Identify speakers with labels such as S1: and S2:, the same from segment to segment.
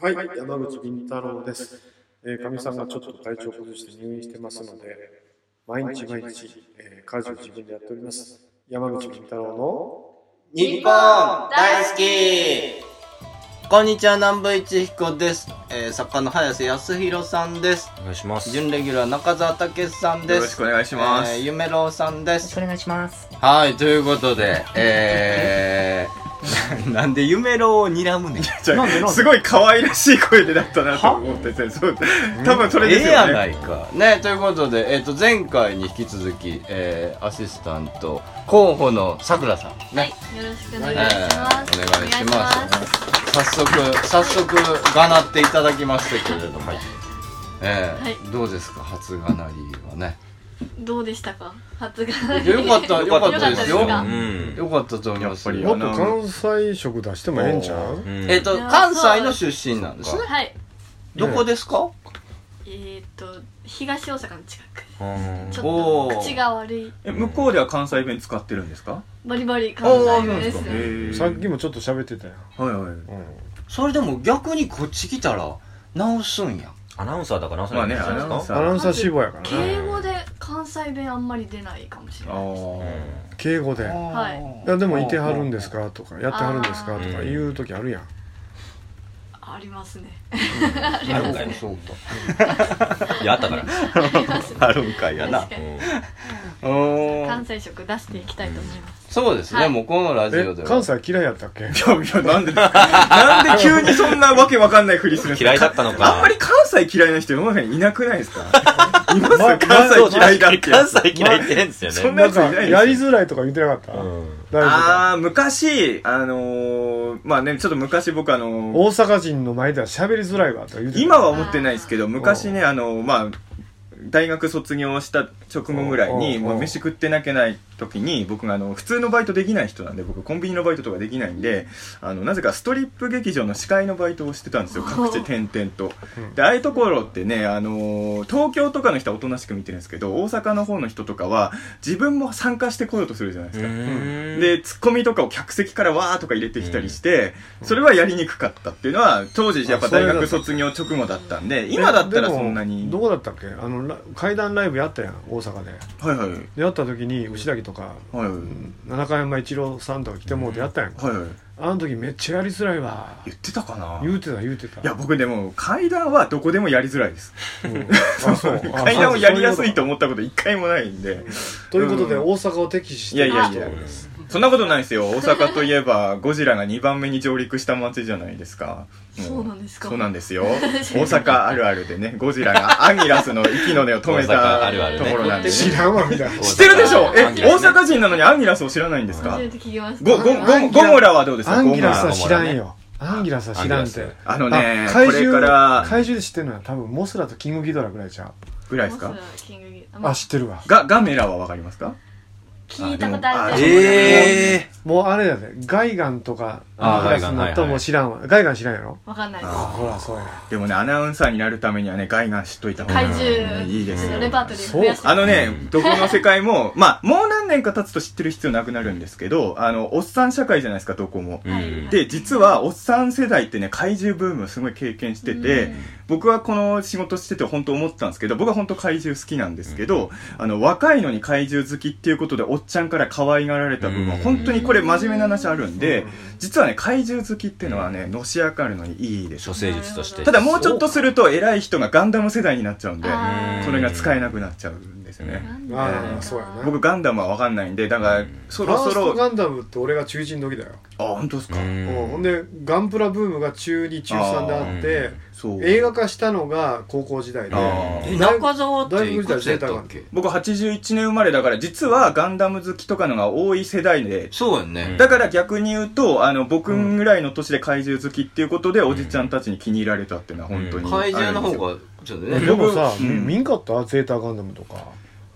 S1: はい、山口敏太郎です。えー、かみさんがちょっと体調を崩して入院してますので、毎日毎日、えー、家事を自分でやっております。山口敏太郎の
S2: 日本大好きこんにちは南部一彦です、えー、作家の早瀬康弘さんです
S3: お願いします。
S2: 準レギュラー中澤武さんです
S3: よろしくお願いします
S2: えー、ゆめろうさんで
S4: よろし
S2: す
S4: くお願いします。
S3: はい、ということで、え ー、なんで夢郎を睨 むねん。
S4: なんでなんです
S5: ごい可愛らしい声でだったなと思ってて、そう多分それです
S3: ええや
S5: よ
S3: な
S5: ね。
S3: いか。
S2: ねということで、えー、と前回に引き続き、えー、アシスタント候補のさくらさん
S6: はい
S2: ね、、
S6: よろしくお願いし
S2: えーお願
S6: ます。
S2: いします
S6: お願いします
S2: 早速早速がなっていただきましたけれども、えー
S6: はい
S2: どうですか初がなりはね
S6: どうでしたか発芽。
S2: よかったよかったですよ
S6: よかった
S3: う
S6: で
S3: ん。
S2: よかったと思います
S5: やっぱり
S1: もっと関西色出してもええんちゃう
S3: うん
S2: えっ、と、
S6: いや
S2: 関西の出身なんですね。
S6: はい。
S2: どこですか、
S6: えーっと、東大阪の近く。
S3: うん
S6: ち
S2: お
S6: ょっ
S2: ー
S6: と口が悪い。
S5: え向こうでは関西弁使ってるんですか
S6: バリバリ関西弁で
S5: へ
S6: す。
S5: ー
S1: さっきもちょっと喋ってたよ。
S5: はいはい。
S1: うん。
S2: それでも逆にこっち来たら、直すんや。
S3: アナウンサーだから直さ
S5: まあ
S3: な
S5: ね、
S3: いといけ
S5: ア
S3: な
S5: ナ
S3: いん
S5: ウ
S3: で
S5: ン
S3: す
S5: サ
S3: か
S1: アナウン
S5: ー。
S1: サー志望やからね。
S6: 敬語で関西弁あんまり出ないかもしれ
S5: あ
S6: ない。
S5: ー
S1: 敬語で。い
S6: はい
S1: やでも、いてはるんですかとか、やってはるんですか
S6: あ
S1: と
S3: ー
S1: か言う時あるやん。
S6: ありますね。
S3: あるんかい。
S2: そうか。
S3: いや、あったから。
S6: ありますね。
S2: あるんかいやな
S6: 確。かに
S2: うー
S6: 関
S2: ん。
S6: 西色出していきたいと思います。
S2: そうですね、
S6: はい
S2: もうこのラジ
S1: え
S2: オで、は。
S1: 関西嫌いやったっけ
S5: いやいや、なんで、なんで急にそんなわけわかんないふりするんですか
S3: 嫌いだったのか。
S5: あんまり関西嫌いな人世の中にいなくないですかいます
S1: ま
S5: 関西嫌いだってや
S3: 関
S5: つ。
S3: 西嫌いって言うんですよ
S5: そん
S1: な
S5: なや
S3: ね。
S1: ん
S5: つい
S1: か
S5: ないですよ
S1: やりづらいとか言ってなかった
S3: うん
S1: 大丈夫か
S5: あー、昔、あのー、まあね、ちょっと昔僕あのー、
S1: 大阪人の前では喋りづらいわとか言うてた
S5: 今は思ってないですけど昔ねあのまあ大学卒業した直後ぐらいに
S1: うん
S5: もう飯食ってなきゃない時に僕があの普通のバイトできない人なんで僕コンビニのバイトとかできないんであのなぜかストリップ劇場の司会のバイトをしてたんですよ各地点々と
S1: うん
S5: でああいうところってねあのー東京とかの人はおとなしく見てるんですけど大阪の方の人とかは自分も参加してこようとするじゃないですか
S3: うん、
S5: で、ツッコミとかを客席からわーとか入れてきたりして、それはやりにくかったっていうのは、当時やっぱ大学卒業直後だったんで、今だったらそんな
S1: でも
S5: に。
S1: どこだったっけあのラ怪談ライブやったやん大阪で
S5: はいはい。はい
S1: でやった時に牛崎とか
S5: はい。
S1: 七階山一郎さんとか来てもうてやったやんか、
S5: はいはい。
S1: あの時めっちゃやりづらいわ
S5: 言ってたかな
S1: 言
S5: いう
S1: てた言うてた
S5: や、僕でも、階段はどこでもやりづらいです。
S1: うんあそう
S5: 階段をやりやすいと
S1: う
S5: 思ったこと一回もないんで。
S1: ということで
S5: うん
S1: 大阪を敵視して
S5: いやいやい
S1: 人
S5: や
S1: 々です
S5: そんなことないですよ。大阪といえば、ゴジラが2番目に上陸した街じゃないですか。も
S6: そうなんですか
S5: そうな んですよ。大阪あるあるでね、ゴジラがアンギラスの息の根を止め
S3: 大阪あ
S5: た
S3: るある
S5: と
S3: ね
S5: ころなんで。
S1: 知らんわみた いな
S5: 知ってるでしょえ、
S3: ア
S5: 大
S3: ンギラスね
S5: 阪人なのにアンギラスを知らないんですか
S6: 初めて聞きました。
S5: ご、ご、ご、ゴモラはどうですか
S1: アンギラスは
S5: ゴモ
S1: 知らんよアンギラスは知らんって
S5: ラあのね
S1: あ、
S5: こ
S1: 怪
S5: れから
S1: 獣、怪獣で知ってるのは多分モスラとキングギドラぐらいじゃん
S5: ぐらい
S6: モ
S5: です
S6: スラ
S5: か
S6: キングギドラま
S1: あ
S6: あ
S1: 知ってるわ
S5: が、ガメラはわかりますか
S6: 聞いたことある
S5: あ
S6: け
S5: で
S6: ど
S5: も
S3: えー。
S1: もうあれやで、ガイガンとか、
S3: あー
S1: アンギラスになったらもう知らんわ。ガイガン知らんやろ
S6: わかんないです。
S1: ほら、そうやね。
S5: でもね、アナウンサーになるためにはね、ガイガン知っといた方が
S6: 怪
S5: いい。
S6: 獣
S5: いいですよ
S6: レパートリー増やして
S5: あのね
S3: うん、
S5: どこの世界も、まあ、もう何年か経つと知ってる必要なくなるんですけど、あの、おっさん社会じゃないですか、どこも。
S3: う
S6: はい
S3: ん。
S5: で、実は、おっさん世代ってね、怪獣ブームをすごい経験してて、
S6: うん
S5: 僕はこの仕事してて本当思ってたんですけど、僕は本当怪獣好きなんですけど、あの、若いのに怪獣好きっていうことで、おっちゃんから可愛がられた部分は、
S3: うん
S5: 本当にこれ真面目な話あるんで
S1: うん、
S5: 実はね、怪獣好きっていうのはね、のし上がるのにいいです
S3: 処世術として。
S5: ただもうちょっとすると、偉い人がガンダム世代になっちゃうんで、
S6: あー
S5: それが使えなくなっちゃうんですよね。
S6: なん
S1: あ
S6: だろ
S1: ーそうやな
S5: 僕ガンダムはわかんないんで、だから、そろそ
S1: ファースト
S5: ろ、あ、
S1: ガンダムって俺が中1の時だよ。
S5: 本当ですか
S3: うん
S1: うんほんで、ガンプラブームが中2、中3であって、
S5: そう。
S1: 映画化したのが高校時代で。
S5: あー
S2: え、
S1: だい
S2: 中澤っていくつやったっけ
S5: 僕81年生まれだから、実はガンダム好きとかのが多い世代で、
S2: そうやね。
S5: だから逆に言うと、あの、僕ぐらいの年で怪獣好きっていうことで、おじちゃんたちに気に入られたっていうのは本当に。
S2: 怪獣の方。が、ちょっとね。
S1: でもさ、
S5: 僕うん
S1: 見んかったゼータガンダムとか。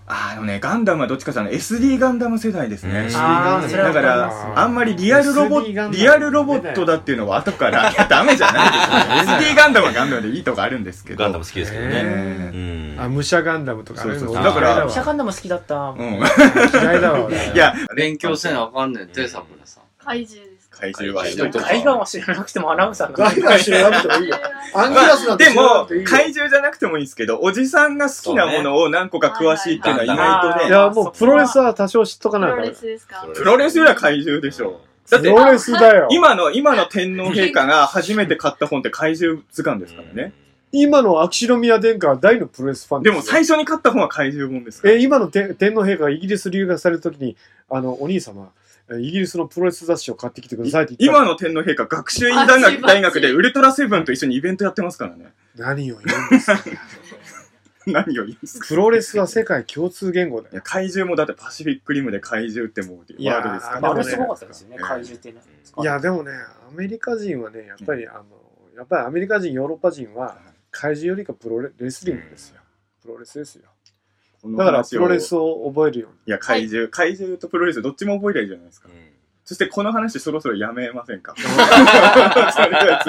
S5: あのね、ガンダムはどっちかさ、SD ガンダム世代です
S3: うん
S5: ね。
S4: あーそれ
S5: だ
S4: は
S5: か、
S4: わから
S5: あんまりリアルロボ
S1: SD ガンダム
S5: リアルロボットだっていうのは後から、 いやダメじゃない ですよ。SD ガンダムはガンダムでいいとこあるんですけど。
S3: ガンダム好きですけど
S1: ね
S3: ね。
S5: ね
S3: うん。
S1: あ、武者ガンダムとか。
S5: そうそうそう
S1: あれも
S5: だから
S4: シャカンダも好きだった。
S5: うん。
S1: 嫌いだわ。嫌いだわ。俺
S5: いや、
S2: 勉強せなあかんねんて、さくらさん。
S6: 怪獣ですか
S5: 海外は
S4: 海
S5: ひどいと
S4: 岸
S5: こ
S4: は知らなくてもアナウンサーなん
S1: ガイ
S4: で
S1: ガー知らなくてもいいよ。アンギラスなんて
S5: で
S1: 知らな
S5: も
S1: くていい、よ。
S5: 怪獣じゃなくてもいいですけど、おじさんが好きなものを何個か詳しいっていうのは意外
S1: い
S5: とね、
S1: や、もうプロレスは多少知っとか
S6: プ
S1: ない
S6: ロ
S1: から
S6: レ。スですか
S5: プロレスよりは怪獣でしょ。だっ
S1: プ
S5: て、
S1: ロレスだよ。
S5: 今の、今の天皇陛下が初めて買った本って怪獣図鑑ですからね。
S1: 今の秋篠宮殿下は大のプロレスファン
S5: ですも最初に買った本は怪獣本ですから。
S1: えー今の天天皇陛下がイギリス留学された時に、あの、お兄様、えーイギリスのプロレス雑誌を買ってきてくださいって言った
S5: 今
S1: の。
S5: の天皇陛下、学習院大学大学でウルトラセブンと一緒にイベントやってますからね。
S1: 何を言うんですか
S5: 何を言うんですか
S1: プロレスは世界共通言語だよ
S5: い。や怪獣もだってパシフィックリムで怪獣ってもう
S1: いやー
S5: ワードですか
S1: で
S4: あ
S1: も
S5: ら
S4: れ
S5: ね。
S4: すごかったですよね、怪獣ってね。
S1: いや、でもね、アメリカ人はね、やっぱり、あの、やっぱりアメリカ人、ヨーロッパ人は、怪獣よりかプロレレスリングですよ。プロレスですよ。
S5: この
S1: だから、
S5: 話
S1: プ
S5: を
S1: ロレスを覚えるように。
S5: いや、怪獣、怪獣とプロレスどっちも覚えりゃいいじゃないですか。そしてこの話そろそろやめませんかそれでは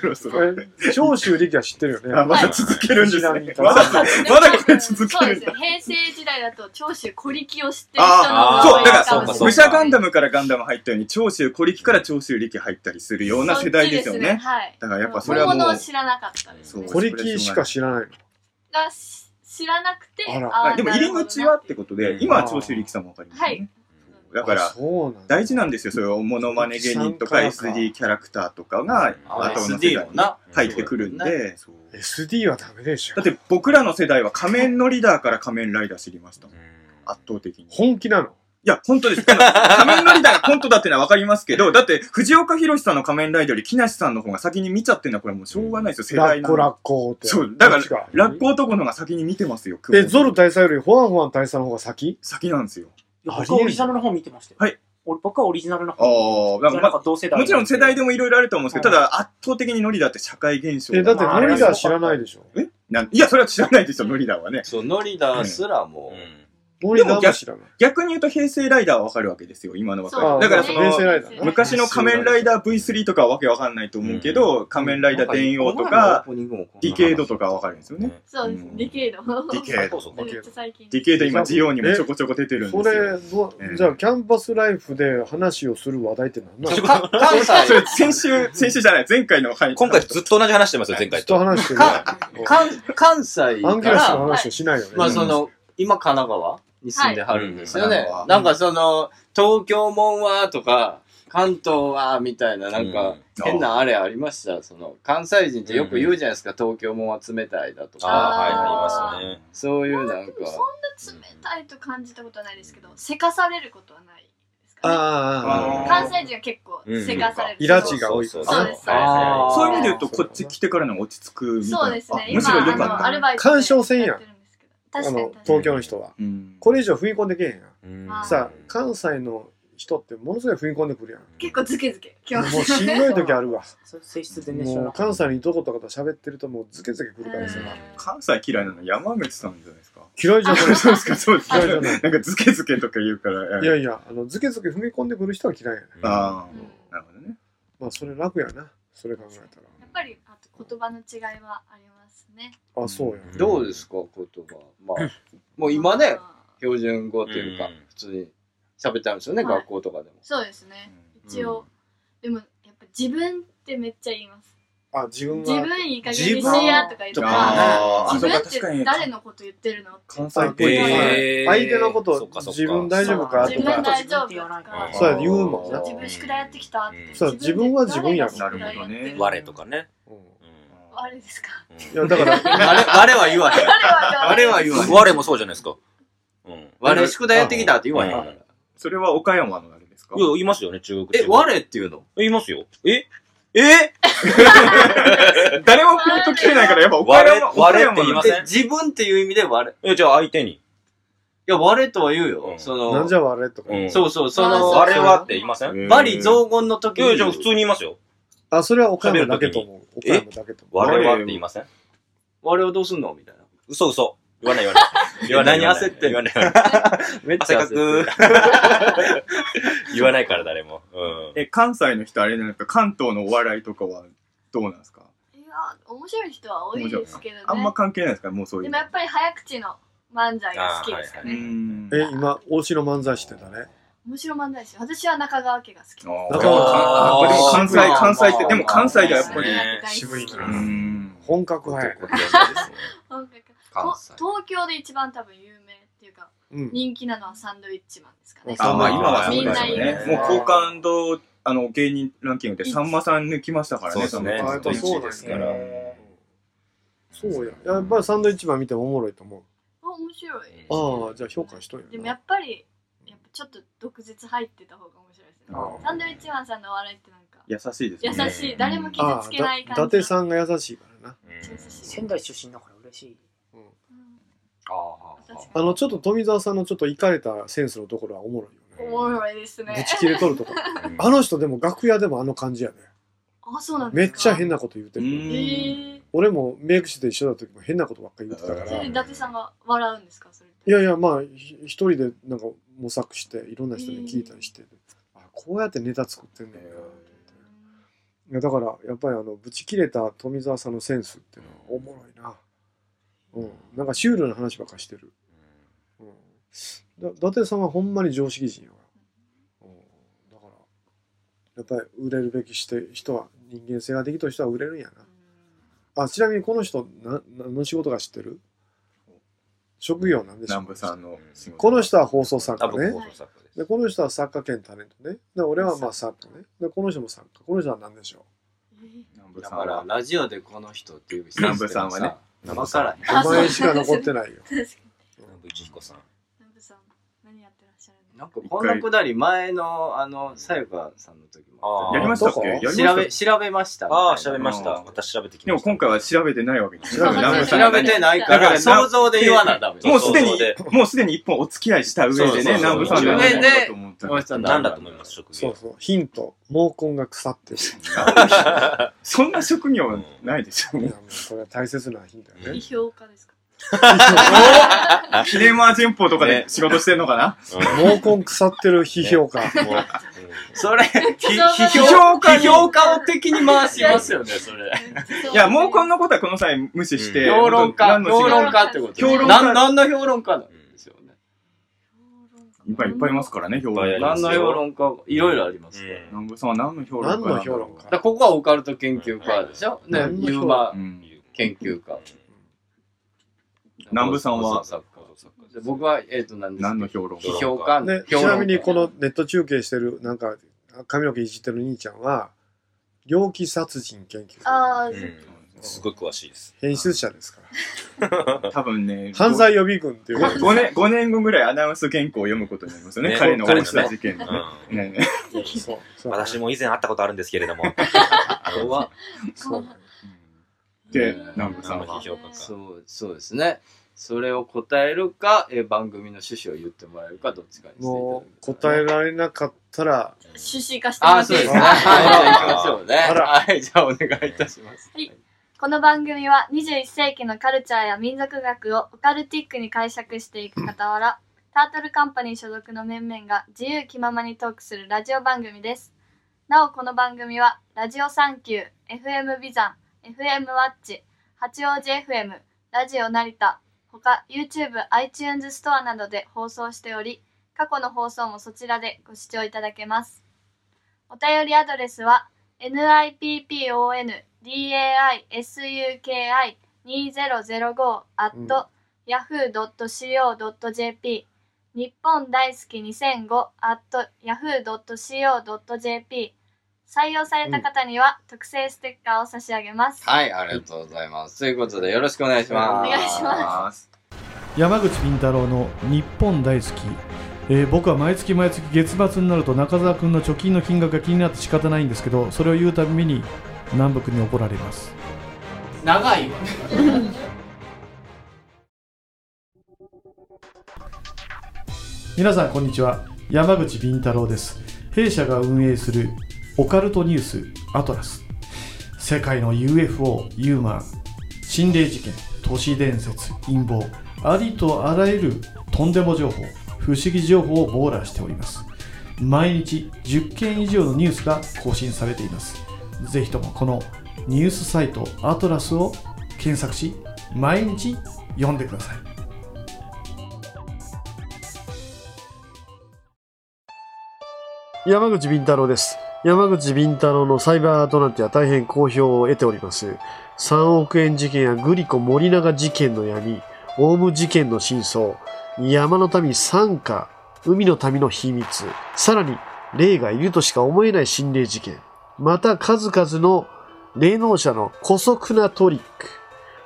S5: そろそろそろそろ
S1: え長州力は知ってるよね。
S5: あまだ続けるんです
S1: はい
S5: ね。まだ、まだこれ続
S6: そう
S5: け
S6: で
S5: るん
S6: す
S5: だ
S6: よ。。平成時代だと長州小力を知ってる人の
S5: ああ、
S6: 方が
S5: そう、
S6: 多い
S5: だから、
S6: か
S5: そう
S6: も
S5: か
S6: し
S5: そうか
S6: れない
S5: 武者ガンダムからガンダム入ったように、長州小力から長州力入ったりするような世代ですよ
S6: そっち
S5: ね。
S6: はい。
S5: だからやっぱそれはもう
S6: 本物を知らなかったですね。
S5: そう
S1: 小力しか知らないの。
S6: がし知らなくて、
S1: あら
S5: あでも入り口はって
S6: こ
S5: ことで
S3: う、ん
S5: 今は長州力さんもわかりますよ
S6: は
S5: ね
S6: い。
S5: だか
S1: あ
S5: ら、
S1: そうなんだ
S5: 大事なんですよ、そういうモノマネ芸人とか
S1: そうか
S5: SD キャラクターとかが、
S2: あ
S5: 後の世
S2: SD
S5: 代
S2: も
S5: に
S2: な。
S5: 入ってくるんで、
S1: SD はダメでしょ
S5: だっ。て僕らの世代は仮面のリーダーから仮面ライダー知りましたもん。圧倒的に。
S1: 本気なの
S5: いや、本当です。あの仮面ライダーがコントだってのはわかりますけ ど、だって、藤岡弘さんの仮面ライダーより木梨さんの方が先に見ちゃってんのはこれはもうしょうがないですよ、世
S1: ラ
S5: 代
S1: ッ
S5: な
S1: コ
S5: の。
S1: ラッコって。
S5: そうだか
S1: ど
S5: ら
S1: っちが
S5: ラッコ男の方が先に見てますよ、熊
S1: え、ゾル大佐よりホワンホワン大佐の方が先
S5: 先なんですよ。
S4: 僕はオリジナルの方見てましたよ。
S5: はい
S4: 俺。僕はオリジナルの
S5: ああ
S4: 方。
S5: ー、だ
S4: じ
S5: か
S4: ゃ
S5: らま
S4: なんか同世
S5: あ
S4: 代。
S5: もちろん世代で
S4: も。
S5: もいろいろあると思うんですけど、
S4: は
S5: ただ圧倒的にノリだって社会現象
S1: え、だってノリ
S4: が
S1: ダー知らないでしょ。
S5: えなんいや、それは知らないですよ、ノリダーはね。
S2: そう、ノリダーすらも、
S1: ノリダーも知らない。
S5: 逆に言うと平成ライダーはわかるわけですよ、今の若い
S1: あ
S5: 人。
S1: ー
S5: だからその、
S1: 平成ライダーね
S5: 昔の仮面ライダー V3 とかはわけわかんないと思うけど、仮面ライダー電王とか、、ディケードとかはわかるんですよね。
S6: そうです、ディケード。
S5: ディケード。
S6: めっちゃ最近。
S5: ディケード今、ジオンにもちょこちょこ出てるん
S1: そ
S5: ですよ。
S1: れ、ど
S5: ええ
S1: じゃあ、キャンパスライフで話をする話題って何なの
S3: か関
S5: それ
S3: 西、
S5: 先週、先週じゃない、前回の回
S3: 今回ずっと同じ話してますよ、前
S1: ず
S3: 回
S1: っと
S3: と。
S1: 話 してる。
S2: か
S1: ア
S2: 関関西か
S1: ンギラスの
S2: ら、
S1: 話をしないよね。
S2: まあその、今神奈川に住んではるんですよ
S5: は
S2: ね
S5: いうん。
S2: なんかその、東京もんはとか、関東はみたいな、なん
S3: う
S2: か
S3: ん、
S2: 変なあれありました。その、関西人ってよく言うじゃないですか、東京もんは冷たいだとか。
S3: ああ、はい、ありますね。
S2: そういうなんか
S6: で、もそんな冷たいと感じたことはないですけど、せかされることはないですかね、
S1: あ
S5: あ
S1: あ、
S5: ー
S6: 関西人は結構せかされる。
S1: イラチが多い
S3: そう
S6: そうです
S5: そういう意味で言うと、こっち来てからの落ち着くみたいな。
S6: そうですね。
S5: むしろ
S6: 今、
S5: 良
S6: あ
S5: か
S6: の、
S5: った
S6: ア。ルバイト。
S1: 干渉せんやん。あ
S6: 確かに
S1: の
S6: 確、かに。
S1: 東京の人は。
S5: うん
S1: これ以上踏み込んでけえへんや
S3: うん
S1: ん。さあ、関西の人ってものすごい踏み込んでくるやん。
S6: 結構ズケズケ。今日
S1: もうしんどい時あるわ。
S4: そういう性質全然知ら
S1: も
S4: な
S1: う
S4: かっ
S1: 関西にいとことかと喋ってるともうズケズケくるからさ。
S5: 関西嫌いなの山口さんじゃないですか。
S1: 嫌いじゃない。
S5: そうですか、そうですか。
S1: 嫌いじゃ
S5: な
S1: ない
S5: んかズケズケとか言うから。
S1: いやいや、あの、ズケズケ踏み込んでくる人は嫌いやね。
S6: う
S5: あ
S6: ん
S5: あ、なるほどね。
S1: まあ、それ楽やな。それ考えた
S6: やっぱり、あと言葉の違いはありますね。
S1: ら。あ、そうや。
S2: どうですか、言葉。まあ、もう今ね、
S6: あー
S2: 標準語というか
S3: うん、
S2: 普通に喋ってあるんですよね、
S6: はい
S2: 学校とかでも。
S6: そうですね。一応、でも、やっぱ自分ってめっちゃ言います。
S1: あ、自分
S6: 自
S1: が。
S6: 分いい加減にしやとか言ったら、
S5: あー
S6: 自分っ
S5: そうか確か
S6: て
S5: に
S6: 誰のこと言ってるのって
S5: 関西っぽい。
S3: えー
S1: 相手のこ
S3: そっ
S1: と
S3: かそっか
S1: 自分大丈夫か
S6: 自
S1: と
S6: 分
S1: か。
S6: 大丈夫とか
S1: そうや、言うもん
S2: だ
S1: な。
S6: 自分宿題やってきたって
S3: うん
S1: そう自分は自分や
S6: 自分で誰が宿題やって
S3: 我とかね。
S1: うん
S6: 我ですか
S1: いや、だから、
S2: 我我は言わへん。
S6: 我
S2: 我は
S6: は
S2: 言わへん。
S3: 我もそうじゃないですか。うん。
S2: 我宿題やってきたって言わへんか
S3: う
S2: ら
S3: ん。
S5: それは岡山のあれですか
S3: いや、言いますよね、中国
S2: え、我っていうの
S3: 言いますよ。ええ
S5: 誰もピンと来てないから、やっぱ岡
S3: 我
S5: 山、岡
S3: 我っ
S5: 山
S3: て言いま
S5: の
S3: せ
S2: え
S3: ん
S2: 自分っていう意味で我。い
S3: え、じゃあ相手に。
S2: や、我とは言うよ
S3: う。ん
S2: そ
S1: なん
S2: の
S1: じ、ゃ我とか。
S2: そうそう、そ
S6: あ
S2: の、
S6: ーそう
S3: 我はって言いませんい
S5: えー
S2: バリ雑言の時
S3: や、
S2: に
S3: じゃあ普通に言いますよ。
S1: あ、それは岡山だけと思う。岡山だけと思う。
S3: 我はって言いません
S2: 我はどうすんのみたいな。
S3: 嘘嘘。言わない言わない。 言わな
S2: 何
S3: い。
S2: 焦ってん
S3: 言
S2: の
S3: わない言わない。
S2: めっち
S3: 汗
S2: ゃ
S3: か
S2: 焦
S3: く
S2: ってる。。
S3: 言わないから誰も。うん。
S5: え、関西の人あれじゃないですか、関東のお笑いとかはどうなんですか
S6: いや面白い人は多いですけどね
S5: あんま関係ないですかもうそうい
S6: で
S5: う
S6: も
S5: の。
S6: やっぱり早口の漫才が好きですか
S5: う
S6: ね
S5: ん。
S1: え、今、おうちの漫才してたね。
S6: 面白漫才師。私は中川家が好き。
S5: だからああでも関西
S3: あー
S5: 関西ってでも関西
S6: が
S5: がやっぱり
S6: ね
S1: 渋いな
S5: うーん
S1: 本格派や
S3: 男ってやつですね
S6: 音楽と
S3: 関西
S6: 東京で一番多分有名っていうか、
S1: うん
S6: 人気なのはサンドウィッチマンですかね。
S5: あまあ今はそうですよ
S6: みんな
S5: ね
S6: 言う
S5: もう好感度あの芸人ランキングでさんまさん抜きましたからね
S3: そうですね
S5: の
S1: あやっぱそうで
S5: ず
S1: す
S5: っと一位
S1: ね
S5: ら
S1: そうややっぱりサンドイッチマン見てもおもろいと思う
S6: あ面白いですね。
S1: ああじゃあ評価しとん
S6: で
S1: や
S6: もや
S1: な
S6: っぱり、やっぱちょっと毒舌入ってた方が面白いですね。
S5: あ
S6: サンドウィッチマンさんのお笑いってなんか、
S5: 優しいです
S6: 優
S5: ね
S6: しい、誰も傷
S1: あ
S6: つけない
S1: あだ伊
S6: 感じの。
S1: 達さんが優しいからな
S3: うん
S6: 優しい
S4: 仙台出身だから嬉しい。
S6: うん
S3: あーあーあー
S1: あのちょっと富澤さんのちょっといかれたセンスのところはおもろい
S6: お
S1: よね
S6: もろいです
S1: ぶ
S6: ね。
S1: ち切れとるところ
S3: うん
S1: あの人でも楽屋でもあの感じやね
S6: あ、そうなん
S1: めっ
S6: ですか
S1: ちゃ変なこと言うて
S5: う
S1: る
S6: え
S5: ーん
S6: ー、
S1: 俺もメイク室で一緒だった時も変なことばっかり言ってたか
S6: そ
S1: ら
S6: れで
S1: い
S6: 伊達さんが笑うんですかそれって。
S1: やいやまあひ一人でなんか模索していろんな人に聞いたりして、あこうやってネタ作ってんねんなと思っていやだからやっぱりあのブチ切れた富澤さんのセンスっていうのはおもろいな、うん、なんかシュールな話ばっかしてる、うん、だ伊達さんはほんまに常識人やから、うん、だからやっぱり売れるべきして人は人間性ができた人は売れるんやなあちなみにこの人な何の仕事か知ってる職業なんでしょ
S5: 南部
S1: う
S5: さんの仕事
S1: この人は放送作
S3: あ
S1: 家
S3: 僕
S1: ね
S3: 放送作家
S1: で
S3: です
S1: この人は作家兼タレントねで俺はまあ作家ねでこの人も作家この人は何でしょ
S5: 南部
S3: だ
S5: さん
S3: から
S5: は
S3: ラジオでこの人っていう
S5: 南部さんはね
S3: 分からへん
S1: うお前しか残ってないよ
S6: 確かに。
S3: 南部一彦さん
S6: 南部さん、何やってらっしゃるんです
S3: な
S6: か
S3: んかこのくだり前のあのさゆかさんの時も
S5: やりましたっけ
S1: あー
S5: やりま
S3: 調べ
S5: し
S3: 調べました
S2: ああ、調べまし
S5: う
S2: た。
S5: ん
S2: また調べてき
S5: たで
S2: ま
S5: も
S2: した。
S5: 今回は調べてないわけですよ
S1: 調べてない
S5: 南部さん
S3: 調
S5: が
S3: べ
S5: ね
S3: てないから
S5: だから
S3: 想像で言わなダメ
S5: もうすでに
S2: そうそう、
S5: もうすでに一本お付き合いした上
S3: そう
S5: で
S3: そう
S5: ね、南部さんの
S2: 上で
S5: だと思った
S3: この人は
S2: 何だと思います、職
S1: そ
S2: 業
S1: う。そうヒント毛根が腐ってる
S5: そんな職業ないでしょ
S1: いや。もうこれは大切なヒントよね
S6: 批評家ですか
S5: ヒレマージェンポとかで仕事してんの かな
S1: 毛根腐ってる批評家
S2: もう
S3: それ、
S6: 批
S5: 批
S6: 評
S5: 評家
S3: 批
S5: に。
S3: 評家を敵に回しますよね、それ。
S5: いや、もうこ
S6: ん
S5: のことはこの際無視して。
S3: 評論家、
S5: 何の仕
S3: 評
S5: 事
S3: 論家ってこと
S5: 評論家
S3: なん何の評論家なんですよね。
S5: いっぱいいっぱいいますからね、評論
S2: いっぱいありま
S5: 家。な
S2: す
S3: 何
S5: ん
S2: よ
S5: の
S3: の評論家、いろいろありますから。だか
S5: 南部さんは何の評論家な
S1: 何
S5: んだろう
S1: の評論家
S3: らここはオカルト研究家でしょね
S1: 何、の評
S3: ユーマ
S5: うん
S3: 研究家。
S5: 南部さんは
S3: 放送作家で僕は、えっと、何です
S5: 何の
S3: か
S5: 評論家
S3: 批評家
S1: ね、ち
S3: 評論家
S1: なみにこのネット中継してるなんか髪の毛いじってる兄ちゃんは猟奇殺人研究家
S6: ああ、
S2: うんすごい詳しいです。
S1: 編集者ですから
S5: 多分ね、
S1: 犯罪予備軍っていう
S5: 5年、5年後ぐらいアナウンス原稿を読むことになりますよね。
S2: ね
S5: 彼の起きた事件
S2: う
S5: のね。
S2: ん
S5: ね
S1: そうそう
S2: 私も以前会ったことあるんですけれども。
S3: は、
S1: そう
S5: で、南部さんは。
S2: 批評家か。
S3: そう、そうですね。それを答えるか、えー番組の趣旨を言ってもらえるか、どっちかにしていただ
S1: もう
S3: きたい
S1: 答えられなかったら
S6: 趣旨化して
S3: あ
S6: ま
S3: あ、
S6: す
S3: そうですね。
S1: あ
S3: はい、じゃあ行きましょうね。
S1: あら
S3: はい、じゃあお願いいたします。
S6: はいこの番組は21世紀のカルチャーや民族学をオカルティックに解釈していく傍ら、タートルカンパニー所属の面々が自由気ままにトークするラジオ番組です。なおこの番組は、ラジオサンキュー、FM ビザン、FM ワッチ、八王子 FM、ラジオ成田、ほか YouTube、iTunes ストアなどで放送しており、過去の放送もそちらでご視聴いただけます。お便りアドレスは、
S1: うん
S6: nippondai.suki2005 at yahoo.co.jp 日本大好き2005 at yahoo.co.jp 採用された方には特製ステッカーを差し上げます。
S3: はい、ありがとうございます。ということで、よろしくお願いします。。
S6: お願いします
S7: 山口敏太郎の日本大好き、えー僕は毎月毎月月末になると中澤君の貯金の金額が気になって仕方ないんですけどそれを言うたびに南北に怒られます
S3: 長いわ。
S7: 皆さんこんにちは山口敏太郎です弊社が運営するオカルトニュースアトラス世界の UFO ユーマン心霊事件都市伝説陰謀ありとあらゆるとんでも情報不思議情報を網羅しております毎日10件以上のニュースが更新されていますぜひともこのニュースサイトアトラスを検索し毎日読んでください
S1: 山口敏太郎です。山口敏太郎のサイバーアートなんては大変好評を得ております。3億円事件やグリコ森永事件の闇、オウム事件の真相、山の民参加、海の民の秘密、さらに霊がいるとしか思えない心霊事件、また数々の霊能者の古速なトリック、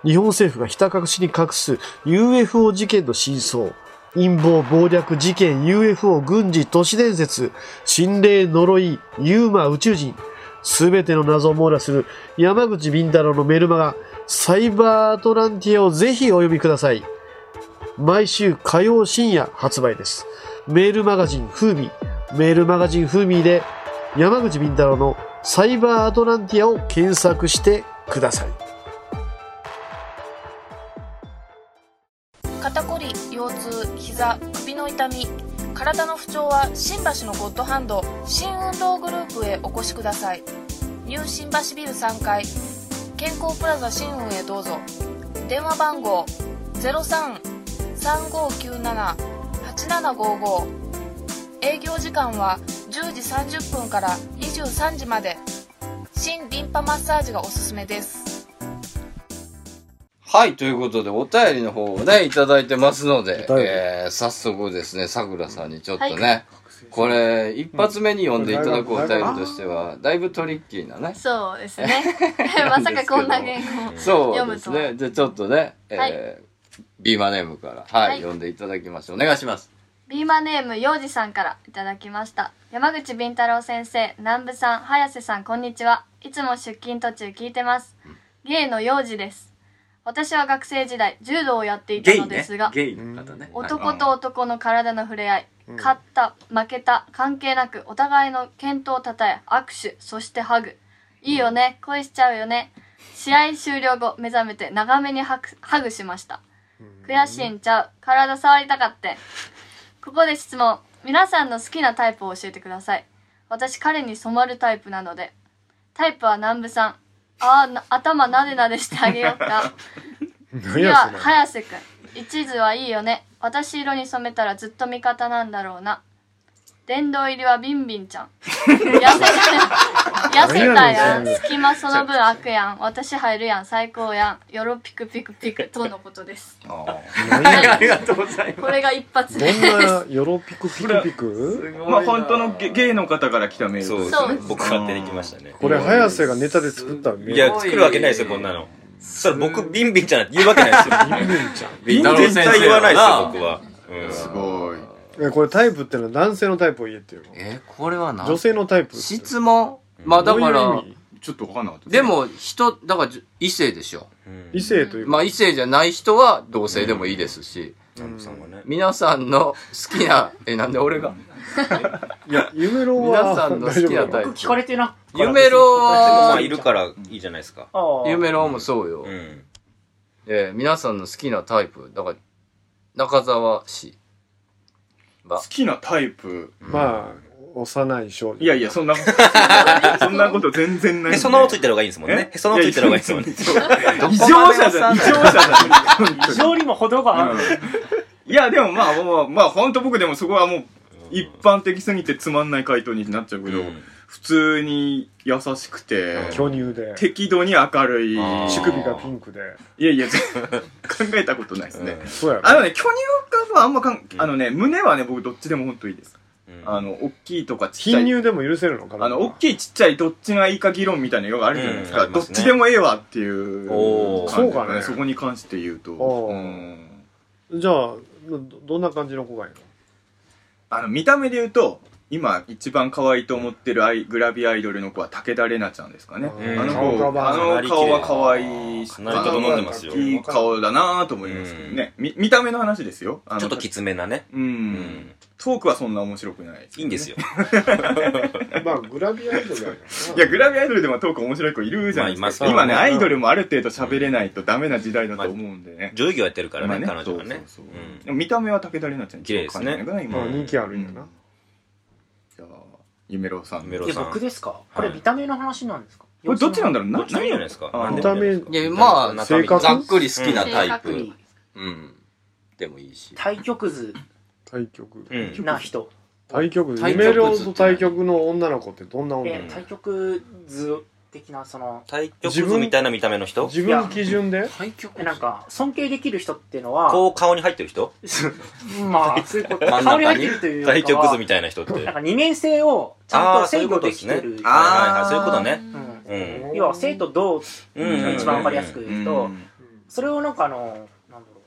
S1: 日本政府がひた隠しに隠す UFO 事件の真相、陰謀、暴略、事件、UFO、軍事、都市伝説、心霊、呪い、ユーマ、宇宙人、すべての謎を網羅する山口敏太郎のメルマガ、サイバーアトランティアをぜひお読みください。毎週火曜深夜発売です。メールマガジンフーミー、メールマガジンフーミーで山口敏太郎のサイバーアトランティアを検索してください。
S8: 肩こり腰痛膝首の痛み体の不調は新橋のゴッドハンド新運動グループへお越しくださいニュー新橋ビル3階健康プラザ新運へどうぞ電話番号0335978755営業時間は10時30分から23時まで新リンパマッサージがおすすめです
S2: はい、ということで、お便りの方をね、いただいてますので、
S1: 便り
S2: えー、早速ですね、さくらさんにちょっとね、これ、一発目に読んでいただくお便りとしては、だいぶトリッキーなね。
S6: そうですね。 まさかこんな言語。
S2: そうです
S6: 読
S2: ね。じゃあちょっとね、えー
S6: は
S2: ビーマネームから、はい、
S6: はい
S2: 読んでいただきましょう。お願いします。
S6: ビーマネームようじさんからいただきました。山口敏太郎先生、南部さん、早瀬さん、こんにちは。いつも出勤途中聞いてます。ゲイのようじです。私は学生時代、柔道をやっていた
S2: ゲイ
S6: の
S2: ね
S6: ですが。、
S2: ゲイの方ね。
S6: 男と男の体の触れ合い、
S1: うん
S6: 勝った負けた関係なくお互いの健闘をたたえ握手そしてハグいいよね恋しちゃうよね試合終了後目覚めて長めにハグハグしました悔しいんちゃう体触りたかってんここで質問皆さんの好きなタイプを教えてください私彼に染まるタイプなのでタイプは南部さんあーな頭なでなでしてあげようか
S1: 何
S6: 次は
S1: やそれ
S6: 早瀬くん一途はいいよね私色に染めたらずっと味方なんだろうな殿堂入りはビンビンちゃん痩せた痩せたや
S1: 何やねん
S6: ん
S1: それ
S6: 隙間その分開くやん私入るやん最高やんよろピクピクピクとのことです
S2: あ
S1: 何や
S2: ありがとうござい
S6: これが一発目
S1: どんなよろぴくぴくぴ
S2: ます。
S1: く
S5: まあ本当のゲゲイの方から来たメール
S3: そう
S5: で
S3: ですす
S6: そう
S3: ね
S6: です。
S3: 僕勝手に来ましたね。
S1: これ早瀬がネタで作ったメール
S3: いや、作るわけないですよ、こんなの。それ僕、ビンビンちゃんなんて言うわけないですよ。ビンビンちゃん。ビンビン絶対言わないですよ、僕は。うん
S2: す
S3: い。
S2: ごい。
S1: えこれタイプってのは男性のタイプを言えっていうの
S2: えー、これは何
S1: 女性のタイプ
S2: 質問まあだ
S1: どういう
S2: か
S1: 意
S2: ら、
S1: 味
S5: ちょっとわかんなかった
S2: でも人、だから異性でしょ。
S1: 異性というか、
S2: まあ異性じゃない人は同性でもいいですし、
S3: 南部さんはね。
S2: 皆さんの好きな、え、なんで俺が
S1: いや夢郎は
S2: 皆さんの好きなタイ
S4: 僕
S2: プ。
S4: 聞かれてな
S2: 夢郎
S3: でもまあ、
S2: はい
S3: るからいいじゃないですか。
S2: 夢郎もそうよ。
S3: うん。
S2: えー皆さんの好きなタイプ。だから、中澤氏。
S5: 好きなタイプ
S1: まあ幼い少女
S5: いやいやそんなそんなこと全然ない
S3: へその緒ついてる方がいいですもんね。へその緒ついてる方がいいですもんね。
S5: 異常者じゃん異常者じゃん
S4: 非常にも程がある
S5: うんいや、でもまあ、まあ、まあ、ほんと僕でもそこはもう、一般的すぎてつまんない回答になっちゃうけど、
S3: うん
S5: 普通に優しくて、
S1: 巨乳で
S5: 適度に明るい。い
S3: あー
S1: 乳首がピンクで
S5: やいや、ぜ 考えたことないですね。
S1: そうやろ
S5: あのね、巨乳かはあんまかん、あのね、胸はね、僕どっちでもほんといいです。あの、大きいとかちっちゃ
S1: 貧
S5: い。
S1: 乳でも許せるのかな
S5: あの、大きいちっちゃいどっちがいいか議論みたいなのがあるじゃないです
S3: うん
S5: か。
S3: あり
S5: ど
S3: ま
S5: っ
S3: すね
S5: ちでもええわっていう
S3: おー
S5: 感じ
S1: そうかね
S5: そこに関して言うと。
S1: おー
S5: うん
S1: じゃあどどんな感じの子がいいの
S5: あの見た目で言うと今一番可愛いと思ってるアイグラビアアイドルの子は武田玲奈ちゃんですかね
S1: うん
S5: あの
S1: 顔
S5: 子
S1: がまあ
S5: あの顔は可愛いし
S3: かなり整ってますよ
S5: いい顔だなぁと思いますけどね、み見た目の話ですよあの
S3: ちょっときつめなね。
S5: うん、
S3: うん。
S5: トークはそんな面白くない、
S3: いいんですよ。
S1: まあグラビアアイドルやか
S5: いやグラビアアイドルでもトーク面白い子いるじゃないですか、
S3: まあいます
S5: 今ねアイドルもある程度喋れないとダメな時代だと思うんでね、
S3: 女優業やってるからね、
S5: 今
S3: 彼女はね。
S5: そうそうそう
S3: うん
S5: でも見た目は武田玲奈ちゃんに一番可愛いんじゃないか
S1: ま
S5: な
S1: あ
S5: 今
S1: 人気あるんやな、
S5: じゃあ夢郎さん
S3: 夢郎
S4: いや
S3: さん
S4: 僕ですかこれ見た目の話なんですか
S5: これどっちなんだろう
S3: どっちもいいじゃないですか。
S5: あ
S1: 見
S3: 何で
S1: た
S3: もい
S1: 目
S3: いじゃな
S2: や、
S3: いいですか
S2: まあ、
S1: 性格
S2: ざっくり好きな
S4: 正
S2: タイ
S4: 確
S2: プ
S4: に。
S2: うん。でもいいし。
S4: 対局図
S1: 対局
S4: な人
S1: 対局
S2: 対
S1: 夢
S2: 局図
S1: 郎と対局の女の子ってどんな女
S4: で
S1: の子
S4: 対局図的なその
S3: 対局図みたいな見た目の人
S1: 自分基準で
S2: 対局
S4: えなんか尊敬できる人っていうのは
S3: こう顔に入ってる人
S4: まあそういうこと
S3: 真ん中に
S4: 香り入ってるというより
S3: 対
S4: か
S3: 局図
S4: は
S3: みたいな人って。はい
S4: なん
S3: は
S4: か二面性をちゃん
S3: あー
S4: と
S3: そうい
S4: 制
S3: うこ
S4: 御
S3: と
S4: で
S3: で
S4: き
S3: す
S4: て
S3: ね
S4: る
S3: あいはいそういうことね
S4: うん
S3: うん
S4: 要は生と動
S3: うん
S4: が一番わかりやすく言うと、
S5: うん
S4: それをなんかあのなんだろう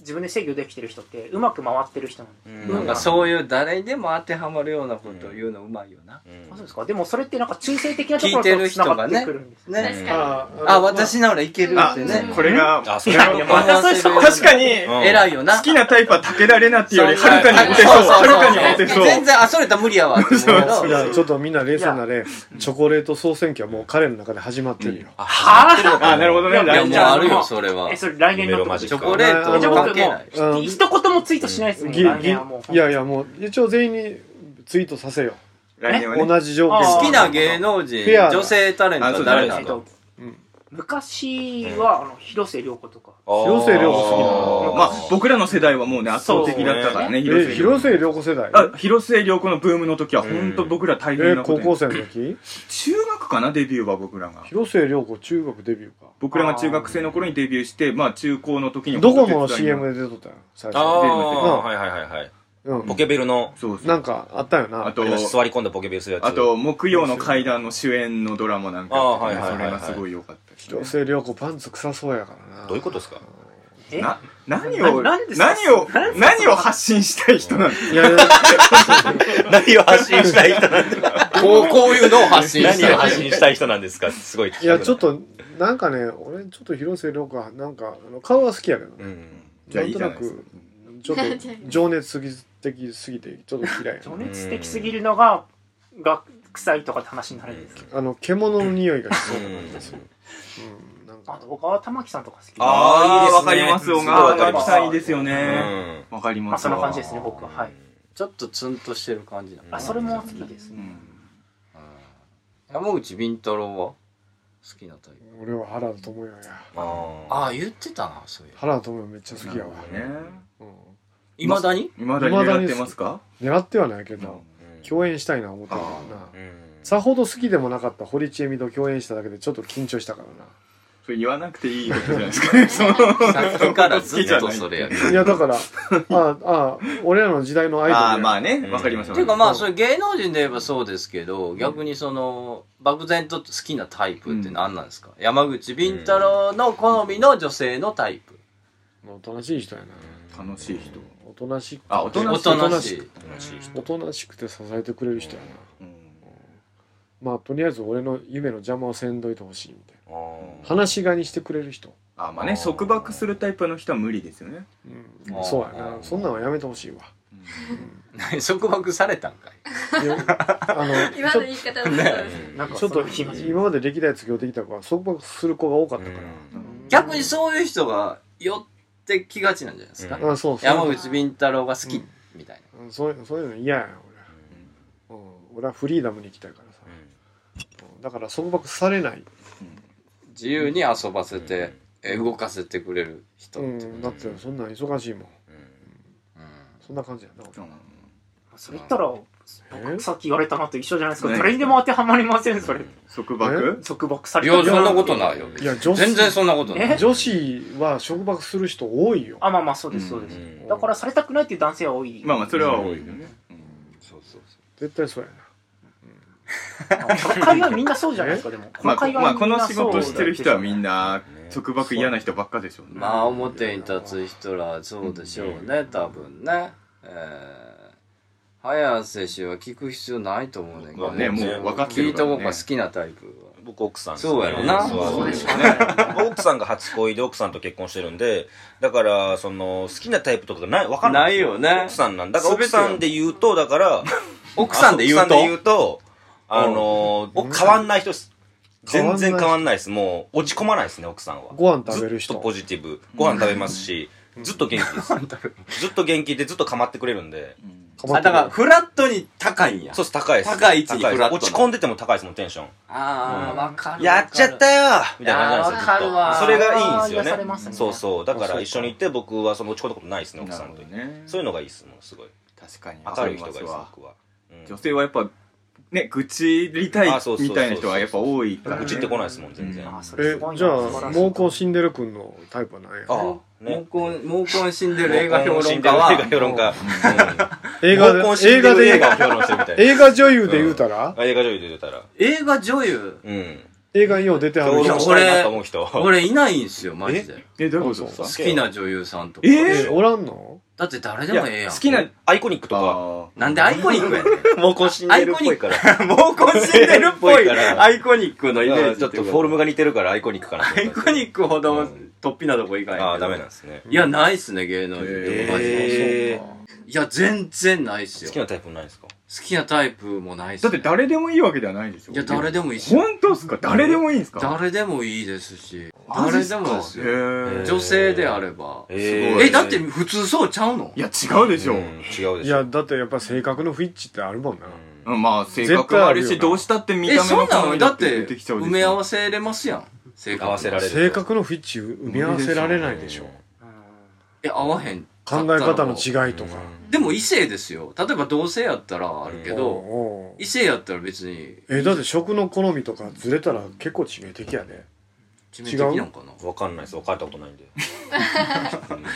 S4: 自分で制御できてる人ってうまく回ってる人なんです、
S3: うん
S4: 運
S2: なん
S4: が
S2: かそういう誰でも当てはまるようなことを言うのうまいよな。
S3: うん
S4: あそうですかでもそれってなんか中性的なとこ
S2: 聞
S4: ろ
S2: いて
S4: と
S2: る
S4: つな
S2: 人
S4: が
S2: が
S4: っ
S2: ね
S4: てくるんですよ
S2: ね
S6: 確か
S1: ああ
S2: あ、私ならいけるっ
S5: あ
S2: てね。
S5: これが
S3: あ、そうなの
S2: 思わせるような
S5: 確かに
S3: うん
S2: 偉いよな。
S5: 好きなタイプは武田玲奈っていうよりはるかにモテそう
S2: そうそう
S5: は
S2: そう
S5: るかにモテそう
S2: 全然、あ、それやったら無理やわって 思うけど。
S1: いやちょっとみんな冷静になれチョコレート総選挙はもう彼の中で始まってるよ、
S3: は
S5: あなるほどね
S2: いや、もう
S5: じゃ
S2: あるよ、それは
S4: え。それ来年のってこと
S2: チ
S3: 夢
S4: です
S3: の
S2: ョ
S4: か
S2: コレート
S4: じゃあ
S2: 関
S4: 僕
S2: 係
S4: も
S2: ない。
S1: うん
S4: うひ一言もツイートしないですね、
S1: ぎ
S4: 来年はもう
S1: ぎいやいやもう一応全員にツイートさせよ
S5: 来年はね
S1: 同じ条件
S4: あー
S2: 好きな芸能人、
S1: フェアな
S2: 女性タレントは誰な
S5: あそう誰な
S2: の
S5: の
S1: うん
S4: 昔はあの広瀬涼子とか
S1: 広末涼子好
S5: まあ僕らの世代はもうね圧倒的だったからね
S1: え広
S5: 瀬
S1: 末涼子世代
S5: あ広末涼子のブームの時は本当僕ら大
S1: え
S5: 変なこと
S1: 高
S5: に
S1: 校生の時
S5: 中学かなデビューは僕らが
S1: 広末涼子中学デビューか
S5: 僕らが中学生の頃にデビューしてまあ中高の時に
S1: ドコモの CM で出とったよ最
S3: あ
S1: 初、
S3: あ、はいはいはいはい。
S1: うん
S3: ポ、ケベルの、
S5: そうそう
S1: なんかあったよ
S5: あ
S1: な
S5: と
S3: 座り込んだポケベルするやつ。
S5: あと木曜の階段の主演のドラマなんかやってたね
S3: あーはいはいはいはい
S5: それがすごい良かったですね
S1: 広末涼子パンツ臭そうやからな
S3: どういうことですか
S4: え
S5: な何を
S4: ななんですか
S5: 何を
S4: なんですか
S5: 何を発信したい人なの
S1: いやいや
S3: 何を発信したい人なんですか
S2: こう、こういうのを発信し
S3: 何を
S2: たい。
S3: 発信したい人なんですかすごい。
S1: いやちょっ。となんかね俺ちょっと広末涼子はなんかあの顔は好きやけど
S3: うん。
S5: じゃあいいじゃないですか
S1: ちょ っと情熱的すぎてちょっと嫌い
S4: 情熱的すぎるのがが臭いとかって話になるんですけど、
S1: あの獣の匂いがしそうな感じです
S3: う
S1: よ、うん、なん
S4: あ
S1: か
S4: と僕は玉木さんとか好きで
S3: あー
S5: わか
S3: いい
S5: り
S3: で
S5: ますす
S3: ね
S5: よが
S4: すごいわか
S5: 上
S4: り
S5: が
S4: ま
S5: き
S4: す
S5: たいですよ
S3: う
S5: ね
S3: ん。
S5: わかり
S4: ま
S5: ま
S4: あ
S5: す
S4: そん
S5: わ
S4: な感じですね僕ははい
S2: ちょっとツンとしてる感じなの。
S4: あそれも好きです
S5: う
S4: ね、
S5: ん
S2: 山口敏太郎は好きなタイプ。
S1: 俺は原田知世や
S3: あ
S2: ああ、言ってたな、そういう。
S1: 原田知世めっちゃ好きやわ、
S5: ね
S1: う
S2: いまだに
S5: いまだに狙ってますか
S1: ん、狙ってはないけど、
S3: 演。
S1: 共演したいな思ってるからな
S3: うん
S1: さほど好きでもなかった堀ちえみと共演しただけでちょっと緊張したからな
S5: それ言わなくていいことじゃないですかね その
S2: さっきからずっとそれやけど。
S1: いやだからあああ俺らの時代のアイドルや
S5: ああまあね
S3: うん
S5: わかりま す
S2: っていうかま
S1: う
S2: あ
S1: ん
S2: それ芸能人で言えばそうですけど、逆にその漠然と好きなタイプって何なんですか、山口敏太郎の好みの女性のタイプ、
S1: おとなしい人やな
S5: 楽しい人
S1: おとなしく
S5: あおとな
S2: お
S5: しい
S2: と
S5: 人
S2: なしい
S3: 楽しい人
S1: おとなしくて支えてくれる人やな
S5: うん
S1: まあとりあえず俺の夢の邪魔をせんどいてほしいみたい
S3: あー
S1: な話し飼いにしてくれる人、
S5: あまあね束縛するタイプの人は無理ですよね
S1: う
S2: あ
S1: ん、
S2: ー
S1: そうやなそんなんはやめてほ しいわ
S2: 束縛されたんかい
S1: いやあの
S6: 今
S1: ち
S6: の
S1: ょ
S6: 言い方もそうですね。
S4: なんか
S1: ちょっと
S4: その
S1: 今まで歴代卒業できた子は束縛する子が多かったから、
S2: 逆にそういう人が寄ってきがちなんじゃないですか、
S1: あそうそう
S2: 山口敏太郎が好きみたい
S1: うんそういうそういうの嫌や俺、うん、俺はフリーダムに行きたいからさ、うんだから束縛されない、
S2: な自由に遊ばせて、え動かせてくれる人
S1: う
S2: って、
S1: ん、だってそんなん忙しいもんそんな感じやな
S5: うん
S4: それ言ったら
S1: え
S4: さっき言われたのと一緒じゃないですか
S5: ね
S4: 誰にでも当てはまりませんそれ
S5: 束縛
S4: 束縛さ
S2: い
S4: れ
S2: や
S4: てる
S2: そんなことないよ
S1: いや女子
S2: 全然そんなことない
S4: え
S1: 女子は束縛する人多いよ
S4: あまあまあそうですそうです、
S1: ん
S4: だからされたくないっていう男性は多い、
S5: まあまあそれは多いよね
S2: そうそうそう
S1: 絶対そうやな
S4: この会話みんなそうじゃないですかでも
S5: まあこまあこの仕事してる人はみん
S4: な
S5: な束縛嫌な人ばっかでしょうね
S2: まあ表に立つ人らはそうでしょうね多分ね、えー、早瀬氏は聞く必要ないと思うねんけど
S5: ねもう分かって
S2: 聞
S5: る
S2: い
S5: から
S2: た
S5: ね
S2: 方が好きなタイプは
S3: 僕奥さんですね
S2: そうやろな
S3: そう
S4: そ うですよ
S3: ね
S4: ね
S3: 奥さんが初恋で奥さんと結婚してるんでだからその好きなタイプとかがないわかんない
S2: ないよね
S3: 奥さんなんだから
S2: 全て
S3: 奥さんで言うとだから
S2: 奥さんで言う
S3: 奥さんで言
S2: と
S3: うとあの
S1: うん
S3: 変わんない人です
S1: 変わんな
S3: 全
S1: い
S3: 然変わんないですもう落ち込まないですね奥さんは
S1: ご飯食べる人
S3: ずっとポジティブご飯食べますしずっと元気 ですずっと元気でずっと構ってくれるんで
S1: かま
S2: あ
S1: って
S2: だ
S1: る
S2: からフラットに高いんや
S3: そうです高いです
S2: 高い位置に
S3: 高
S2: フラットな
S3: 落ち込んでても高いですもんテンション
S2: ああわかる
S3: やっちゃったよみたいな感じなん
S2: いやー
S3: ですよ
S2: わかるわ
S3: ずっとそれがいいん
S4: あー癒さ
S3: で
S4: れますす
S3: よね
S4: ね
S3: そうそうだか
S1: あそう
S3: ら
S1: か
S3: 一緒に行って僕はその落ち込んだことないですね奥
S5: な
S3: さ
S5: る
S3: ん
S5: ほ
S3: と
S5: どね
S3: そういうのがいいですもんすごい
S5: 確かに
S3: 明るい人がいいです僕は、うん
S5: 女性はやっぱね愚痴りたい
S3: あそうそうそう
S5: みたいな人はやっぱ多いから
S3: 愚痴ってこないですもん全然、
S5: う
S3: あ
S4: あそれ
S1: え
S4: すごいな
S1: じゃ
S4: 素晴
S1: あ
S4: らしい
S1: 猛攻シンデレ君のタイプは何や
S3: あ
S2: 毛
S3: ね
S2: 根毛根死んでる映画評論家
S3: 映画
S2: は
S3: 評論家
S1: 映画で映
S3: 映画
S1: 画で
S3: で
S1: 言
S3: 映
S1: う
S3: 画を評論してるみたいな
S1: 映画女優で言うたら、
S3: あ映画女優で出たら
S2: 映画女優
S3: うん
S1: 映画によう出てはる
S3: 評
S1: 人
S3: 論したいなと思う人
S2: 俺いないんすよマジで
S5: えどういうことです
S1: そ
S5: か
S1: う
S2: 好きな女優さんとか
S5: え
S1: えおらんの
S2: だって誰で
S5: いや
S2: もええやん
S5: 好きな
S3: アイコニックとか
S5: あ
S2: なんでアイコニックやねん
S3: もうこ死んでるっぽいから
S5: ーもうこう死んでるっぽいアイコニックのイメージ
S3: ちょっとフォルム
S5: が
S3: が似てるからアイコニックかな
S2: アイコニックほど
S3: うん
S2: 突飛なとこいかんやん
S3: ああダメなんですね
S2: いやないっすね芸能人とかマジで
S3: えー
S1: そうか
S2: いや全然ないっす
S3: 好
S2: よ
S3: きなタイプないですか
S2: 好きなタイプもないっす
S5: だっ
S2: ね
S5: て誰でもいいわけではないでしょ
S2: いや誰でもいいっすよ
S5: 本当ですか誰でもいいんですか
S2: 誰でもいいですし
S5: マジっ
S2: 誰
S5: す
S2: で
S5: か
S2: もです
S5: へ
S2: よ
S5: ー
S2: 女性であれば
S3: え
S5: ご
S3: ー
S5: い
S2: えだって普通そうちゃうの
S5: いや違うでしょ
S3: うん違うでしょ
S1: いやだってやっぱ性格の不一致ってあるもんな、
S3: う
S5: うんんまあ性格もあるし
S1: 絶対あるよな
S5: どうしたって見
S2: え
S5: た目
S2: そ
S5: の
S2: んな
S5: 好
S2: の
S5: み
S2: だ
S5: だ
S2: っ
S5: ってて出てきちゃうでし
S2: 埋
S5: ょ
S2: め合わせれますやん性格
S3: 合わせられる
S1: 性格の不一致埋め合わせられないでしょ、
S2: え合わへん
S1: 考え方の違いとか、
S2: でも異性ですよ例えば同性やったらあるけ
S1: お
S2: ど
S1: うおう
S2: 異性やったら別に
S1: えだって食の好みとかずれたら結構致命的やね
S2: 致命的なんかな
S3: 分かんないです分かったことないんで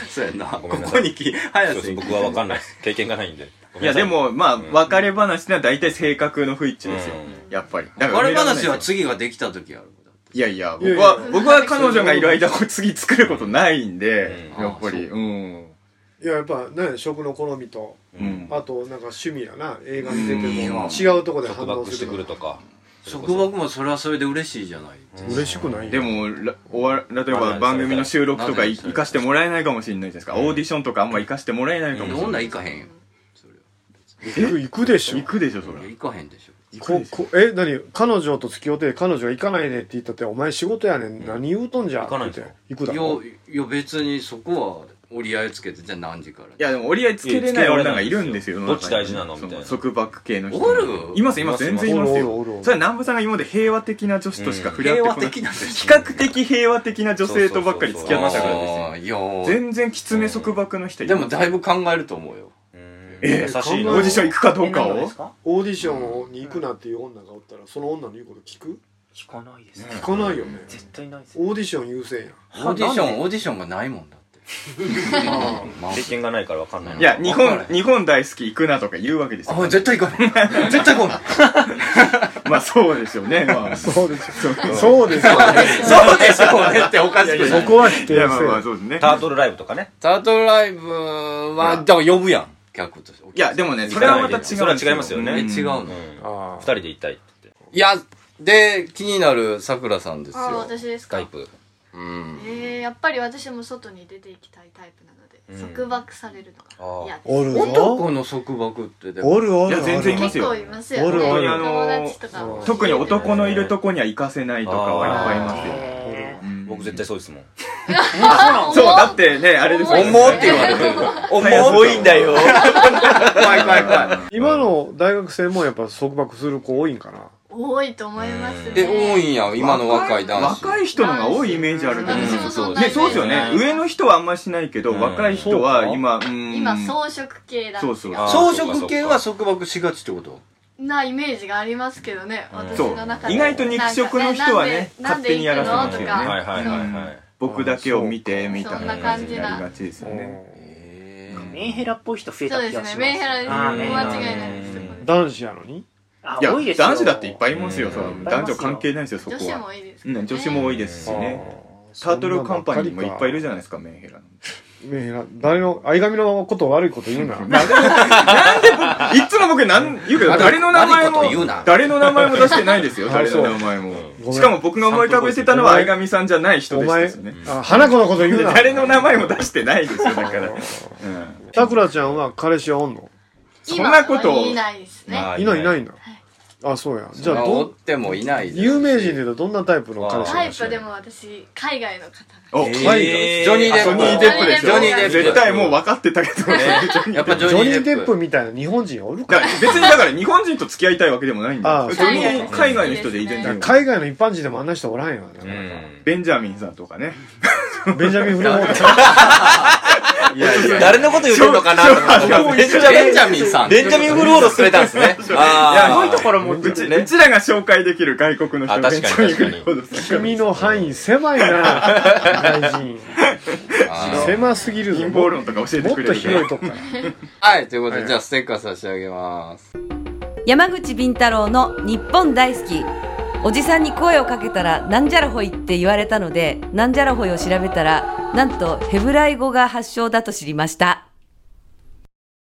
S2: そうやんな
S3: ごめ
S2: こ
S3: んなさ
S2: こ
S3: い
S2: にき早
S3: そう
S2: 瀬
S3: 僕は分かんないです経験がないんで
S5: いやでもまあ
S3: うん
S5: 別れ話ってのは大体性格の不一致ですよ
S3: う
S5: やっぱりだから
S2: あれ話は
S5: 埋められないですよ
S2: 次ができた時ある
S5: いやいや、
S1: いや
S5: 僕
S1: いや
S5: は、僕は彼女がいる間を次作ることないんで、
S2: うん
S5: やっぱり、うん。
S1: いややっぱね食の好みと
S5: うん
S1: あとなんか趣味やな映画見てて
S5: う
S1: も
S5: ん
S1: 違うとこで
S3: 束
S1: 反応
S3: 縛
S1: す
S3: し
S1: る
S3: てくる
S1: と
S3: と
S1: か
S3: か
S2: 束縛もそれはそれで嬉しいじゃない
S1: 嬉しくない
S5: でも、らおわ例えば番組の収録とか
S2: なんで
S5: い
S2: それ
S5: 行かしてもらえないかもしれないじゃないですか。
S3: うん
S5: オーディションとかあんま行かしてもらえないかもしれな
S2: 女
S5: い。
S2: 行かへんよそれ
S1: 行く行くでしょ
S5: 行くでしょ、そ
S2: はいや
S5: れ。
S2: 行かへんでしょ
S5: 行く
S1: こ
S5: でしょ
S1: こえ何彼女と付き合うて彼女が行かないねって言ったってお前仕事やねん何言うとんじゃ
S3: 行かないんす
S1: っ
S3: か
S1: て行くだ
S2: い
S1: ろ
S2: やいや別にそこは折り合いつけてじゃあ何時から
S5: いや、でも折り合いつけれない女がいるんですよ。
S3: いや
S5: 世の中に
S3: どっち大事なのみたいな
S5: そ束縛系の人。
S2: おる
S5: います、います、全然います
S1: おるおるお
S5: よ
S1: る。
S5: それは南部さんが今まで平和的な女子としか触れ合って
S2: 平
S5: こな
S2: 和
S5: い。
S2: 的なんです
S5: 比較的平和的な女性とばっかり付き合ってたからですよ。
S2: あーいやー
S5: 全然きつめ束縛の人い
S2: で
S5: る
S2: もだいぶ考えると思うよ
S3: うん
S5: え
S3: 優
S5: ー
S3: しい
S5: オーディション行くかど
S4: え
S5: うか
S4: 何がで
S5: を
S4: すか
S1: オーディションに行くなっていう女がおったらその女の言うこと聞く
S4: 聞かないです
S1: 聞かないよね
S4: 絶対ないですよ
S1: オーディション優先やん
S2: オーディショ
S4: なん
S2: ン
S4: で
S2: オーディションがないもんだって
S1: あ
S2: まあ
S3: 経験がないから分かんないない
S5: や、日
S2: わか
S5: 本
S2: ら、へん
S5: 日本大好き行くなとか言うわけです
S2: あ
S5: よ。
S2: 絶対行かない絶対来ない
S5: まあそうですよね。まあ、
S1: あそうですよそうですよ
S2: そうでしょうねっておかしくない
S1: そこは否定せ
S5: いや、まあまあ
S1: よ
S5: そうですね
S3: タ。ートルライブとかね
S2: タートルライブはだから呼ぶやん客として
S5: いや、でもね、
S3: 行
S5: そ
S3: か
S5: れは
S3: ない
S5: ま
S3: で
S5: た違うんです
S3: それは違いますよね
S2: え違う
S3: う
S2: の
S3: ん
S1: あ
S3: 二
S1: ー
S3: 人で行きたいって言って
S2: いやで気になるさくらさんです
S6: ああ
S2: よ
S6: 私です
S3: タイ
S6: か
S3: プ
S2: うん
S6: えー、やっぱり私も外に出ていきたいタイプなので、
S3: うん
S6: 束縛されるのが
S3: ああ
S6: 嫌です
S1: おるぞ
S2: 男の束縛ってでも
S1: おるおるおる
S5: いや全然いま
S6: 結
S5: すよ
S6: 構いますよね
S1: おるおる
S6: 友達とかも
S5: 特に男のいるとこには行かせないとかはいっぱいいますよ。
S4: へー
S5: うん
S3: 僕絶対そうですもん
S5: そう、だってね、あれです
S6: 重い
S5: 重
S6: っ
S5: って言われる。
S3: 重いんだよ
S5: 怖い怖い怖い。
S1: 今の大学生もやっぱ束縛する子多いんかな
S6: 多いと思いますね
S2: え多いんや今の若い男子
S5: 若い人のが多いイメージあるけどね
S6: うん
S5: そうそう
S6: うん
S5: ねそうですよね上の人はあんましないけど、
S3: うん
S5: 若い人は今うん
S6: 今装飾系だ
S5: そうそう
S3: あ
S2: 装飾系は束縛しがちってこと
S6: なイメージがありますけどね、
S3: うん
S6: 私の中で
S5: そう意外と肉食の人はね
S6: なんで
S5: 勝手にやら
S6: なん
S5: せ
S6: で
S5: ま
S6: 行くの
S5: す
S6: と
S5: よね
S6: か、
S3: はいはいはいはい
S5: 僕だけを見てみたい
S6: そん
S5: な
S6: な
S5: 感
S6: 感
S5: じ
S6: じ
S5: に
S6: な
S5: なりがちですよね
S2: え
S4: メンヘラっぽい人増え
S6: そ
S4: た
S6: うで
S4: 気
S6: す
S4: がしま
S6: ねメ
S4: す
S6: ンヘラです
S4: あー
S6: ね
S4: メンヘ
S6: 間
S4: ラ
S6: 違いないです
S3: うん
S6: そこで
S1: 男子やのに
S4: あ
S5: いや
S4: 多いですよ
S5: 男子だっていっぱいいますよ、
S3: うん
S5: それは男女関係ないですよそこ
S6: 女子
S5: は
S6: もいいです
S5: うん女子も多いですしね
S1: あ
S5: タートルカンパニーもいっぱいいるじ
S1: ゃ
S5: ゃないですかメンヘラの
S1: んメンヘラ誰の相上のこと悪いこと言う な
S5: なんでなんで僕いつも僕なん言うけど誰の名前
S2: 悪いこと言うな
S5: も誰の名前も出してないですよ
S1: あ
S5: 誰の名前もしかも僕が思い浮かべてたのは相上さんじゃない人
S1: お
S5: で
S1: 前
S5: すよね
S1: あ花子のこと言うな
S5: 誰の名前も出してないですよだから
S1: さくらちゃんは彼氏はおんの
S5: そんなこと
S6: 今はいないですね
S3: あ
S1: いないいない
S3: い
S1: んだあそうやじ
S2: じゃ
S1: ゃあ
S2: あ追っ
S1: ど
S2: てもいないです
S1: 有名人で言うとどんなタイプの彼氏
S6: タ
S1: が
S6: イ
S1: 欲しい
S6: プでも私海外の方が
S5: お
S2: えー
S5: 海外
S2: ジョニー
S5: あ
S2: デ
S5: ジョニー・
S2: ッ
S5: デ
S2: プ
S5: ップでしょ
S6: ジョニーデップ
S5: 絶対もう分かってたけどね
S2: やっぱジ
S1: ジョニ
S2: ョニ
S1: ー・
S2: ー
S1: デ
S2: デッ
S1: ッ
S2: プ
S1: プみたいな日本人おる
S5: だ
S1: か
S5: から別にだから日本人と付き合いたいわけでもないんだ
S1: あ
S5: よ
S1: ー
S5: それも海外の人でいい全
S1: だから
S5: 然
S1: 海外の一般人でもあんな人おらんよな
S3: うん
S5: ベンジャミンさんとかね
S1: ベンジャミン・フレモー
S5: いやいや
S3: 誰のこと言ってんのかなと思って。
S2: ベンジャミンさん。
S3: ベンジャミン・フルオード進めたんですね。
S5: い
S3: あ
S5: や
S9: いところ持って
S5: う
S9: る
S5: ちうちらが紹介できる外国の人
S3: あ確かに
S5: ベンチャミングリフォードさん
S1: 君の範囲狭いな大臣
S2: あー
S1: 狭すぎるぞ
S5: 陰謀論とか教え
S1: も
S5: て
S1: っ
S5: くれる
S1: と広いとこから
S2: はい、ということで、じゃあステッカー差し上げます。
S7: 山口敏太郎の日本大好きおじさんに声をかけたらなんじゃらほいって言われたのでなんじゃらほいを調べたらなんとヘブライ語が発祥だと知りました